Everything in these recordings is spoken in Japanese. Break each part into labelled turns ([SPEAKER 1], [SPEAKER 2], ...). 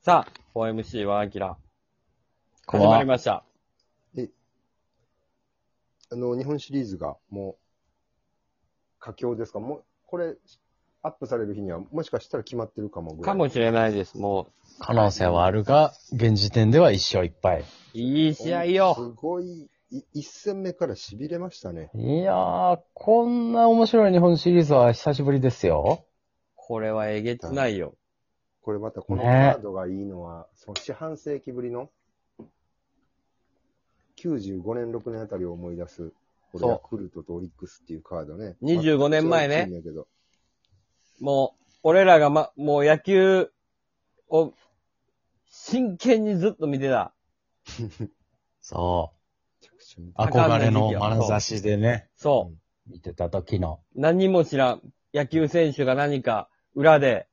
[SPEAKER 1] さあ、OMC はアキラ。
[SPEAKER 2] こん
[SPEAKER 1] 始
[SPEAKER 2] ばんは
[SPEAKER 1] まりました。
[SPEAKER 3] あの、日本シリーズがもう、佳境ですかもう、これ、アップされる日には、もしかしたら決まってるかもぐらい。
[SPEAKER 1] かもしれないです。も
[SPEAKER 2] 可能性はあるが、現時点では一勝一敗。
[SPEAKER 1] う、いい試合
[SPEAKER 3] す
[SPEAKER 1] よ。
[SPEAKER 3] ごい、い一戦目から痺れましたね。
[SPEAKER 2] いやー、こんな面白い日本シリーズは久しぶりですよ。
[SPEAKER 1] これはえげつないよ。
[SPEAKER 3] これまたこのカ
[SPEAKER 2] ね
[SPEAKER 3] ードがいいのは、その四半世紀ぶりの、95年、6年あたりを思い出す、これ
[SPEAKER 1] そう
[SPEAKER 3] ヤクルトとオリックスっていうカードね。
[SPEAKER 1] 25年前ね
[SPEAKER 3] まあ。めっちゃ大きいんだけど
[SPEAKER 1] もう、俺らがま、もう野球を真剣にずっと見てた。
[SPEAKER 2] そ
[SPEAKER 3] めちゃくちゃ見
[SPEAKER 2] う。
[SPEAKER 3] た
[SPEAKER 2] 憧れの眼差しでね、
[SPEAKER 1] そうう。
[SPEAKER 2] 見てた時の。
[SPEAKER 1] 何も知らん。野球選手が何か裏で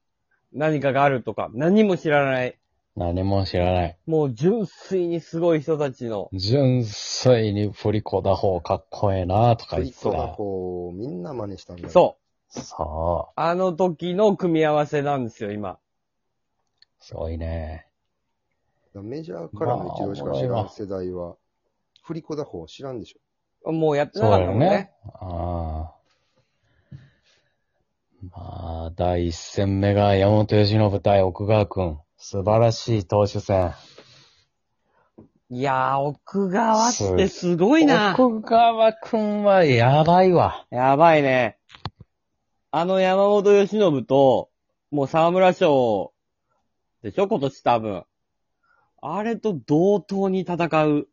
[SPEAKER 1] 何かがあるとか、何も知らない。
[SPEAKER 2] 何も知らない。
[SPEAKER 1] もう純粋にすごい人たちの、
[SPEAKER 2] 純粋に振り子だ方かっこええなとか
[SPEAKER 3] ト
[SPEAKER 2] 言っ
[SPEAKER 3] リ
[SPEAKER 2] て
[SPEAKER 3] コ
[SPEAKER 2] た。
[SPEAKER 3] がこう、みんな真似したんだよ
[SPEAKER 1] そう。
[SPEAKER 2] そ
[SPEAKER 1] あの時の組み合わせなんですよ、今。
[SPEAKER 2] う。すごいね。
[SPEAKER 3] メジャーからの一度しか知
[SPEAKER 2] まあ
[SPEAKER 3] ら
[SPEAKER 2] ま
[SPEAKER 3] ん
[SPEAKER 2] あ
[SPEAKER 3] 世代は、振り子だ方知らんでしょ。
[SPEAKER 1] もうやって
[SPEAKER 2] そ
[SPEAKER 1] な
[SPEAKER 2] う
[SPEAKER 1] かった
[SPEAKER 2] よ
[SPEAKER 1] もんね
[SPEAKER 2] ね。。あーまあ、第一戦目が山本由伸対奥川くん。素晴らしい投手戦。
[SPEAKER 1] いやー、奥川ってすごいな。
[SPEAKER 2] 奥川くんはやばいわ。
[SPEAKER 1] やばいね。あの山本由伸と、もう沢村賞でしょ今年多分。あれと同等に戦う。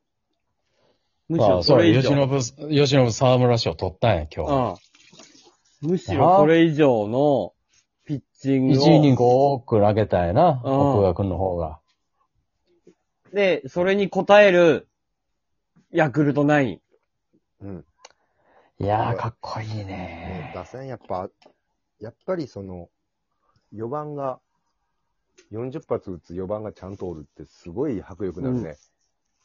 [SPEAKER 1] むし
[SPEAKER 2] ま
[SPEAKER 1] ろ
[SPEAKER 2] あ、そ
[SPEAKER 1] それ
[SPEAKER 2] れ、
[SPEAKER 1] 以
[SPEAKER 2] 吉
[SPEAKER 1] 上。
[SPEAKER 2] 信、吉信沢村賞取ったんや、今
[SPEAKER 1] うん。むしろそれ以上のピッチン
[SPEAKER 2] 日。
[SPEAKER 1] グ
[SPEAKER 2] 1イニン
[SPEAKER 1] を。
[SPEAKER 2] グ多く投げたんやな、
[SPEAKER 1] うん
[SPEAKER 2] 奥川くんの方が。
[SPEAKER 1] で、それに応える、ヤクルトナイン。
[SPEAKER 3] うん。
[SPEAKER 2] いやー、かっこいい
[SPEAKER 3] ね
[SPEAKER 2] ね。
[SPEAKER 3] 打線やっぱ、やっぱりその、4番が、40発打つ4番がちゃんとおるってすごい迫力になるね。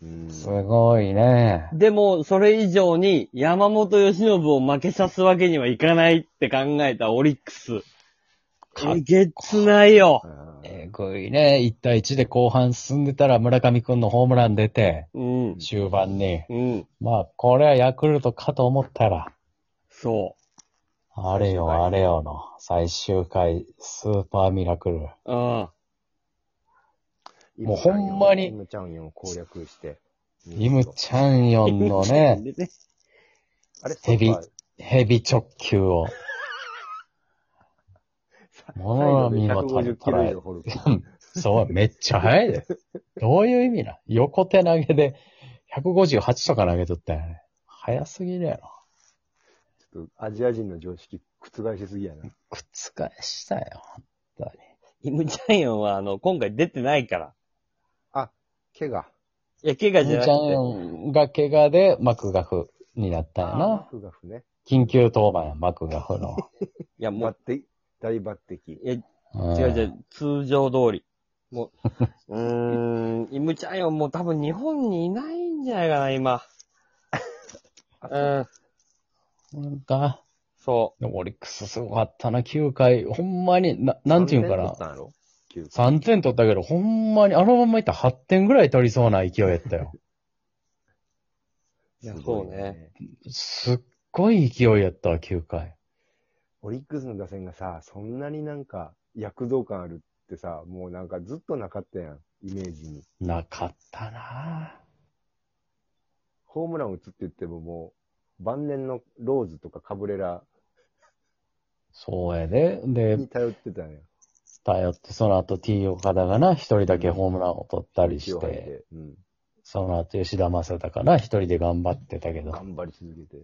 [SPEAKER 3] うん。
[SPEAKER 2] すごいね。
[SPEAKER 1] でも、それ以上に山本由伸を負けさすわけにはいかないって考えたオリックス。
[SPEAKER 2] か
[SPEAKER 1] えげつないよ。
[SPEAKER 3] あー
[SPEAKER 2] えぐいね。1対1で後半進んでたら村上くんのホームラン出て、
[SPEAKER 1] うん。
[SPEAKER 2] 終盤に。
[SPEAKER 1] うん。
[SPEAKER 2] まあ、これはヤクルトかと思ったら、
[SPEAKER 1] そ
[SPEAKER 2] あれよあれよの最終回、スーパーミラクル。
[SPEAKER 1] う。うん。
[SPEAKER 2] もうほんまに
[SPEAKER 3] イムチャンヨンを攻略して。
[SPEAKER 2] イムチャンヨン のね、
[SPEAKER 3] あれ
[SPEAKER 2] ヘビ
[SPEAKER 3] そうか
[SPEAKER 2] ヘビ直球を。もの見
[SPEAKER 3] サイ
[SPEAKER 2] 事
[SPEAKER 3] ドで
[SPEAKER 2] に
[SPEAKER 3] 150キロ
[SPEAKER 2] 捉
[SPEAKER 3] 以
[SPEAKER 2] え
[SPEAKER 3] 上。掘る。
[SPEAKER 2] そう、めっちゃ速いで。どういう意味な横手投げで158とか投げとったよね。速すぎるやろ。
[SPEAKER 3] ちょっとアジア人の常識覆しすぎやな。
[SPEAKER 2] 覆したよ、本当に。
[SPEAKER 1] イムチャンヨンは、あの、今回出てないから。
[SPEAKER 3] 怪我。
[SPEAKER 1] いや、怪我じゃなく
[SPEAKER 2] イムチ
[SPEAKER 1] て
[SPEAKER 2] ャン。ヨンが怪我でマクガフになったよ
[SPEAKER 3] あーマ
[SPEAKER 2] な。
[SPEAKER 3] クガフね。
[SPEAKER 2] 緊急登板や、マクガフの。
[SPEAKER 1] いや、も
[SPEAKER 3] 抜
[SPEAKER 1] う、
[SPEAKER 3] 擢。大抜擢。
[SPEAKER 2] うん
[SPEAKER 1] 違う違う、通常通り。もう、うーん、イムチャンヨンもう多分日本にいないんじゃないかな、今。うん、
[SPEAKER 2] なんか、
[SPEAKER 1] そ
[SPEAKER 2] でもオリックスすごかったな、9回。ほんまに、な、なんていうんか
[SPEAKER 3] 三
[SPEAKER 2] な
[SPEAKER 3] 点取っ。たんやろ九回
[SPEAKER 2] 3点取ったけど、ほんまに、あのまんまいったら8点ぐらい取りそうな勢いやったよ。
[SPEAKER 1] いや
[SPEAKER 3] すごい
[SPEAKER 1] そうね。
[SPEAKER 2] すっごい勢いやったわ、9回。
[SPEAKER 3] オリックスの打線がさ、そんなになんか躍動感あるってさ、もうなんかずっとなかったやん、イメージに。
[SPEAKER 2] なかったな
[SPEAKER 3] ホームラン打つって言ってももう、晩年のローズとかカブレラ
[SPEAKER 2] そうやで。で、
[SPEAKER 3] に頼ってたんや。
[SPEAKER 2] 頼って、その後 T 岡田がな、一人だけホームランを取ったり
[SPEAKER 3] 息
[SPEAKER 2] し
[SPEAKER 3] を吐い
[SPEAKER 2] て、
[SPEAKER 3] てうん。
[SPEAKER 2] その後吉田正尚かな、一人で頑張ってたけど。
[SPEAKER 3] 頑張り続けて。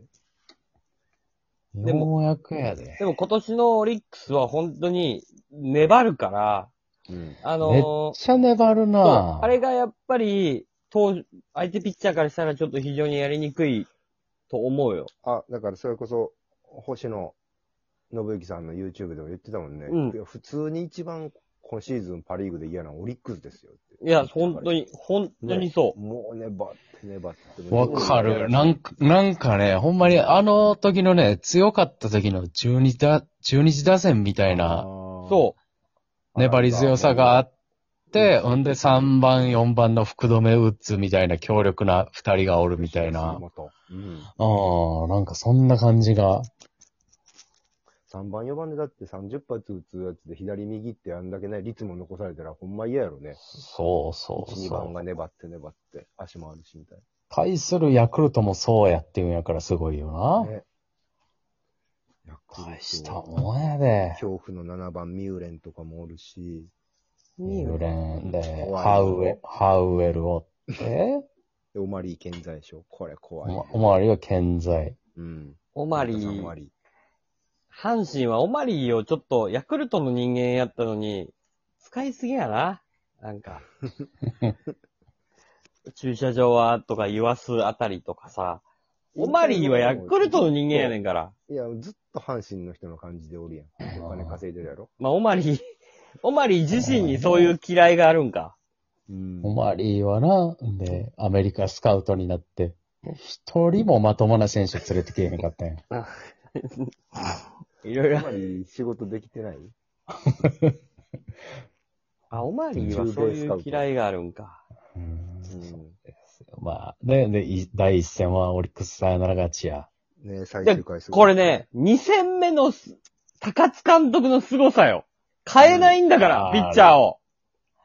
[SPEAKER 1] で
[SPEAKER 2] よ
[SPEAKER 1] も
[SPEAKER 2] うやくや
[SPEAKER 1] う。
[SPEAKER 2] で。
[SPEAKER 1] でも今年のオリックスは本当に粘るから、
[SPEAKER 3] うん。
[SPEAKER 1] あ
[SPEAKER 2] めっ
[SPEAKER 1] のー、
[SPEAKER 2] ちゃ粘る
[SPEAKER 1] そ
[SPEAKER 2] な
[SPEAKER 1] うあれがやっぱり、当相手ピッチャーからしたらちょっと非常にやりにくいと思うよ。
[SPEAKER 3] あ、だからそれこそ、星野信之さんの YouTube でも言ってたもんね。
[SPEAKER 1] うん
[SPEAKER 3] いや普通に一番今シーズンパリーグで嫌なのはオリックスですよって。
[SPEAKER 1] いや、本当に、本当にそう。
[SPEAKER 3] もう粘って粘って。
[SPEAKER 2] わかる。なんか、なんかね、ほんまにあの時のね、強かった時の中日打、中日打線みたいな
[SPEAKER 3] そ
[SPEAKER 1] そ
[SPEAKER 2] 粘り強さがあっって、ほんで3番、4番の福留ウッズみたいな強力な2人がおるみたいな。あ
[SPEAKER 3] うん。
[SPEAKER 2] あ、なんかそんな感じが。
[SPEAKER 3] 3番、4番でだって30発打つやつで左右ってあんだけね、率も残されたらほんま嫌やろね。
[SPEAKER 2] そうそう
[SPEAKER 3] 1、2
[SPEAKER 2] そ
[SPEAKER 3] 番
[SPEAKER 2] う。
[SPEAKER 3] が粘って粘って、足もあるしみたい
[SPEAKER 2] 対するヤクルトもそうやっていうんやからすごい
[SPEAKER 3] な。
[SPEAKER 2] よな。
[SPEAKER 3] ね。ヤクルト
[SPEAKER 2] 大したもんやで。
[SPEAKER 3] 恐怖の7番、ミューレンとかもおるし。
[SPEAKER 2] ミューレンで、
[SPEAKER 3] 怖い
[SPEAKER 2] ハウエ、ハウエルをって、
[SPEAKER 3] で、オマリー健在でしょ。これ
[SPEAKER 2] お
[SPEAKER 3] 怖い、
[SPEAKER 2] まおまわりは健在。
[SPEAKER 3] うん。
[SPEAKER 1] オマリ
[SPEAKER 3] オマ
[SPEAKER 1] ー。
[SPEAKER 3] リー。
[SPEAKER 1] 阪神はオマリーをちょっとヤクルトの人間やったのに、使いすぎやな。なん か。駐車場はとか言わすあたりとかさ。オマリーはヤクルトの人間やねんから。
[SPEAKER 3] いや、ずっと阪神の人の感じでおるやん。お金稼いでるやろ。
[SPEAKER 1] まあ、オマリー、 オマリー自身にそういう嫌いがあるんか。
[SPEAKER 3] うん
[SPEAKER 2] おまわりはな、で、アメリカスカウトになって、一人もまともな選手連れてきえへんかったんや。
[SPEAKER 1] いろいろ
[SPEAKER 3] あ。まり仕事できてない
[SPEAKER 1] あ、オマリーはそういう嫌いがあるんか。
[SPEAKER 2] うん
[SPEAKER 3] うん。
[SPEAKER 2] まあ、で、で、い第一戦はオリックスサヨナラ勝ちや。
[SPEAKER 3] ね最終回すごい
[SPEAKER 1] これね、2戦目のす高津監督の凄さよ。変えないんだから、
[SPEAKER 2] うん
[SPEAKER 1] ピッチャーを。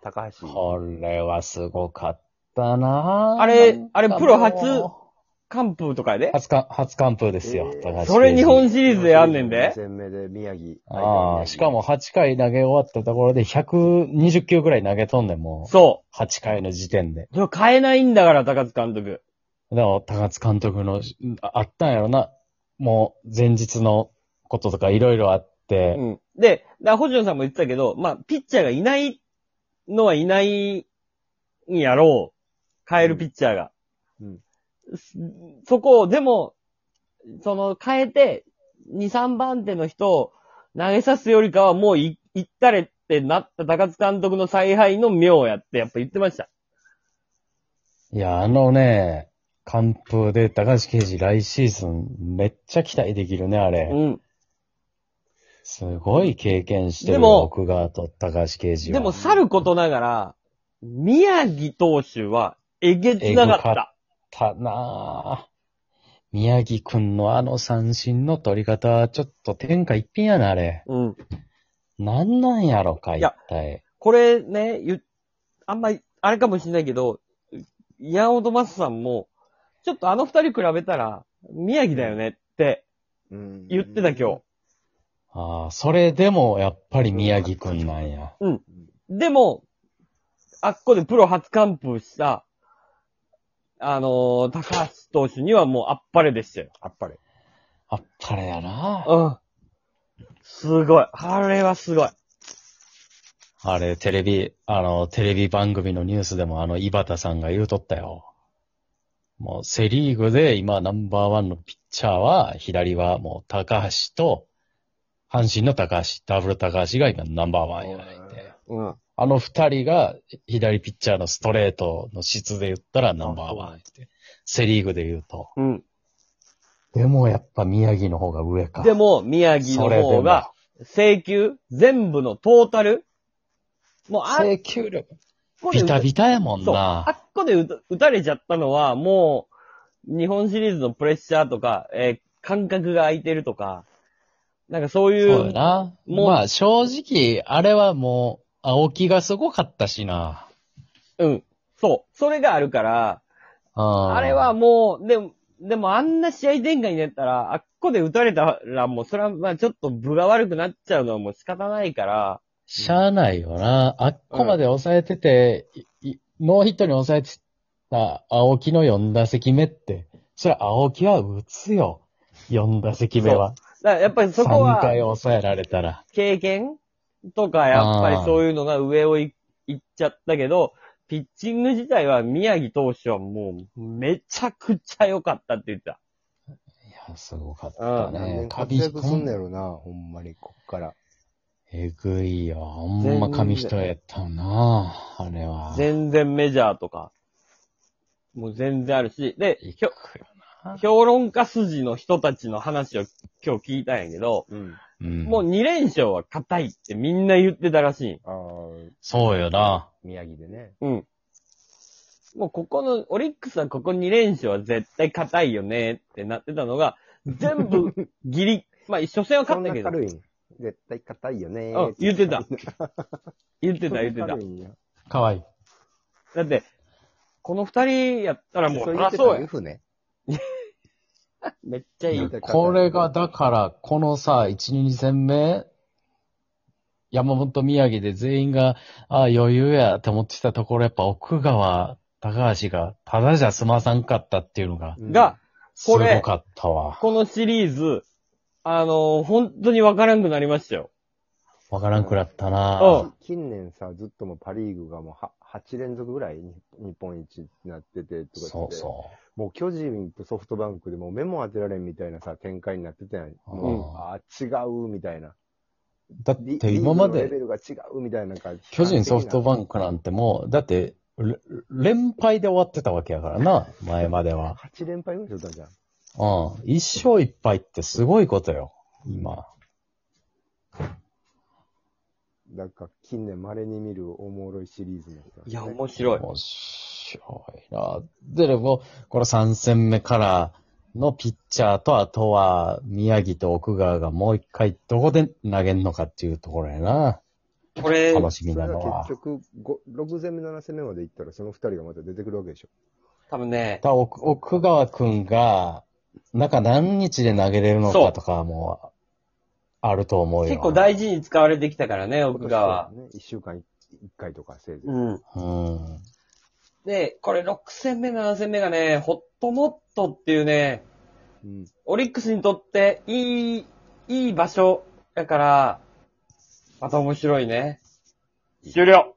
[SPEAKER 1] 高橋。
[SPEAKER 2] これはすごかったな
[SPEAKER 1] あれあれ
[SPEAKER 2] なんか
[SPEAKER 1] プロ初
[SPEAKER 2] も
[SPEAKER 1] 完封とかやで
[SPEAKER 2] う。初か、初完封ですよ
[SPEAKER 3] えー。
[SPEAKER 2] 高橋
[SPEAKER 1] それ日本シリーズでやんねん
[SPEAKER 3] 二
[SPEAKER 1] で。
[SPEAKER 3] 戦目で宮城。
[SPEAKER 2] ああ、しかも。8回投げ終わったところで120球ぐらい投げとんねん、も。
[SPEAKER 1] そう
[SPEAKER 2] 8回の時点で。
[SPEAKER 1] う。でも変えないんだから、高津監督。
[SPEAKER 2] でも、高津監督の、ああったんやろな。もう、前日のこととかいろいろあっ
[SPEAKER 1] う
[SPEAKER 2] て、
[SPEAKER 1] ん。で、だから星野さんも言ってたけど、まあ、ピッチャーがいないのはいないんやろう。変えるピッチャーが。
[SPEAKER 3] うん
[SPEAKER 1] すそこを、でも、その、変えて、2、3番手の人を投げさすよりかは、もうい、いったれってなった高津監督の采配の妙やって、やっぱ言ってました。
[SPEAKER 2] いや、あのね、完封で高橋奎二来シーズンめっちゃ期待できるね、あれ。
[SPEAKER 1] うん。
[SPEAKER 2] すごい経験して
[SPEAKER 1] で
[SPEAKER 2] る
[SPEAKER 1] も
[SPEAKER 2] 僕がと高橋奎二は。
[SPEAKER 1] でも、去ることながら、宮城投手は、えげつなかっ。
[SPEAKER 2] えぐかったたなぁ。宮城くんのあの三振の取り方はちょっと天下一品やな、あれ。
[SPEAKER 1] うん。
[SPEAKER 2] なんなんやろか、
[SPEAKER 1] い
[SPEAKER 2] 一
[SPEAKER 1] や
[SPEAKER 2] 体。
[SPEAKER 1] これね、ゆあんまり、あれかもしれないけど、ヤオドマスさんも、ちょっとあの二人比べたら、宮城だよねって
[SPEAKER 3] うん
[SPEAKER 1] 言ってた今
[SPEAKER 2] ああ、それでもやっぱり宮城くんなんや。
[SPEAKER 1] 日。でも、あっこでプロ初完封した、あのー高橋投手にはもうあっぱれでしたよ。
[SPEAKER 3] あっぱれ。
[SPEAKER 2] あっぱれやな
[SPEAKER 1] うん。すごい。あれはすごい。
[SPEAKER 2] あれ、テレビ、あの、テレビ番組のニュースでもあの、井端さんが言うとったよ。もう、セリーグで今ナンバーワンのピッチャーは、左はもう、高橋と、阪神の高橋、ダブル高橋が今ナンバーワンやないて。
[SPEAKER 1] うん。
[SPEAKER 2] あの二人が、左ピッチャーのストレートの質で言ったらナンバーワンって。セリーグで言うと。
[SPEAKER 1] うん。
[SPEAKER 2] でもやっぱ宮城の方が上か。
[SPEAKER 1] でも、宮城の方が、請求、全部のトータル、もうあ
[SPEAKER 2] そ
[SPEAKER 1] っ
[SPEAKER 2] れでも、請求力。
[SPEAKER 1] こで
[SPEAKER 2] ビ
[SPEAKER 1] 打た
[SPEAKER 2] タビタやもん
[SPEAKER 1] そう。あ
[SPEAKER 2] な。
[SPEAKER 1] っこで打た打たれちゃったのは、もう、日本シリーズのプレッシャーとか、えー間隔が空いてるとか、なんかそうい
[SPEAKER 2] そう
[SPEAKER 1] う、
[SPEAKER 2] やな。
[SPEAKER 1] もう
[SPEAKER 2] まあ正直、あれはもう、青木がすごかったしな。
[SPEAKER 1] うん。そう。それがあるから、
[SPEAKER 2] あ
[SPEAKER 1] あれは、もう、でも、でもあんな試合展開になったら、あっこで打たれたら、もうそれは、まあちょっと分が悪くなっちゃうのはもう仕方ないから、
[SPEAKER 2] しゃあないよな。あっこまで抑えてて、いいノーヒットに抑えてた青木の4打席目って、それ青木は打つよ。4打席目は。
[SPEAKER 1] だからやっぱりそこ
[SPEAKER 2] 3
[SPEAKER 1] は、
[SPEAKER 2] 回抑えられたら。
[SPEAKER 1] 経験とか、やっぱりそういうのが上をい行っちゃったけど、ピッチング自体は宮城投手はもうめちゃくちゃ良かったって言ってた。
[SPEAKER 2] いや、すごかった
[SPEAKER 3] 何
[SPEAKER 2] ね
[SPEAKER 3] 年。
[SPEAKER 2] カ
[SPEAKER 3] 活
[SPEAKER 2] ビ
[SPEAKER 3] 躍すんねや
[SPEAKER 2] ン。
[SPEAKER 3] ろな、ほんまに、こっから。
[SPEAKER 2] えぐいよ。ほんま紙一重やったな。あれは。
[SPEAKER 1] 全然メジャーとか、もう全然あるし、で、
[SPEAKER 2] い
[SPEAKER 1] ひ
[SPEAKER 2] く
[SPEAKER 1] ょ
[SPEAKER 2] よな
[SPEAKER 1] 評論家筋の人たちの話を今日聞いたんやけど、
[SPEAKER 3] うん。
[SPEAKER 2] うん。
[SPEAKER 1] もう2連勝は硬いってみんな言ってたらしい。
[SPEAKER 3] あー
[SPEAKER 2] そうよな。
[SPEAKER 3] 宮城でね。
[SPEAKER 1] うん。もうここの、オリックスはここ2連勝は絶対硬いよねってなってたの が、全部ギリ、まあ初戦は勝
[SPEAKER 3] そ
[SPEAKER 1] っ
[SPEAKER 3] ん
[SPEAKER 1] た
[SPEAKER 3] な
[SPEAKER 1] けど、
[SPEAKER 3] 軽いん絶対硬いよねー
[SPEAKER 1] うん、言ってた。言ってた言ってた
[SPEAKER 3] そんな軽。いんや
[SPEAKER 2] かわいい。
[SPEAKER 1] だって、この二人やったらもう、
[SPEAKER 3] そ
[SPEAKER 1] そうり
[SPEAKER 3] 言
[SPEAKER 1] ゃ
[SPEAKER 3] って
[SPEAKER 1] そう
[SPEAKER 3] たね
[SPEAKER 1] や。
[SPEAKER 3] 船。
[SPEAKER 1] めっちゃい
[SPEAKER 2] い
[SPEAKER 1] い
[SPEAKER 2] や
[SPEAKER 3] っ。て
[SPEAKER 2] これが、だから、このさ、1、2戦目、山本宮城で全員が、ああ、余裕やって思ってたところ、やっぱ奥川、高橋が、ただじゃ済まさんかったっていうのが、
[SPEAKER 3] うん
[SPEAKER 1] が、、
[SPEAKER 2] す
[SPEAKER 1] こ
[SPEAKER 2] ご
[SPEAKER 1] れ
[SPEAKER 2] かったわ。
[SPEAKER 1] このシリーズ、あのー本当にわからんくなりましたよ。
[SPEAKER 2] わからんくなった
[SPEAKER 1] うん
[SPEAKER 2] な
[SPEAKER 3] 近年さ、ずっともうパリーグがもうは8連続ぐらいに日本一になっててとか
[SPEAKER 2] そう
[SPEAKER 3] う。
[SPEAKER 2] そ
[SPEAKER 3] もう巨人とソフトバンクでもう目も当てられんみたいなさ、展開になってたやん。もう、
[SPEAKER 2] うん
[SPEAKER 3] あー、違うみたいな。
[SPEAKER 2] う。だって
[SPEAKER 3] リ
[SPEAKER 2] 今ま
[SPEAKER 3] リーグのレベ
[SPEAKER 2] で、
[SPEAKER 3] ルが違うみたいな感じ。
[SPEAKER 2] 巨人ソフトバ
[SPEAKER 3] ク。
[SPEAKER 2] ンクなんてもう、だって、れ連敗で終わってたわけやからな、前までは。
[SPEAKER 3] 8連敗ぐらいしとったじゃん。
[SPEAKER 2] うん。一勝一敗ってすごいことよ、今。
[SPEAKER 3] なんか近年稀に見るおもろいシリーズになった、
[SPEAKER 1] いや、面
[SPEAKER 3] い。
[SPEAKER 1] 白い。
[SPEAKER 2] 面白いな。で、でも、この3戦目からのピッチャーと、あとは宮城と奥川がもう一回どこで投げんのかっていうところやな。
[SPEAKER 1] これ、
[SPEAKER 2] 楽しみ
[SPEAKER 3] そ
[SPEAKER 2] な
[SPEAKER 3] れ
[SPEAKER 2] の
[SPEAKER 3] が
[SPEAKER 2] は。
[SPEAKER 3] 結局、ご6戦目、7戦目まで行ったら、その2人がまた出てくるわけでしょ。
[SPEAKER 1] 多分ね、
[SPEAKER 2] だ奥奥川くんが、なんか何日で投げれるのかとかも、あると思うよ。
[SPEAKER 1] 結構大事に使われてきたからね、奥川。
[SPEAKER 3] 今年はね、1週間1回とかせいぜい。
[SPEAKER 1] うん。
[SPEAKER 2] うん。
[SPEAKER 1] で、これ6戦目、7戦目がね、ホットモットっていうね、
[SPEAKER 3] うん
[SPEAKER 1] オリックスにとっていい、いい場所だから、また面白いね。終了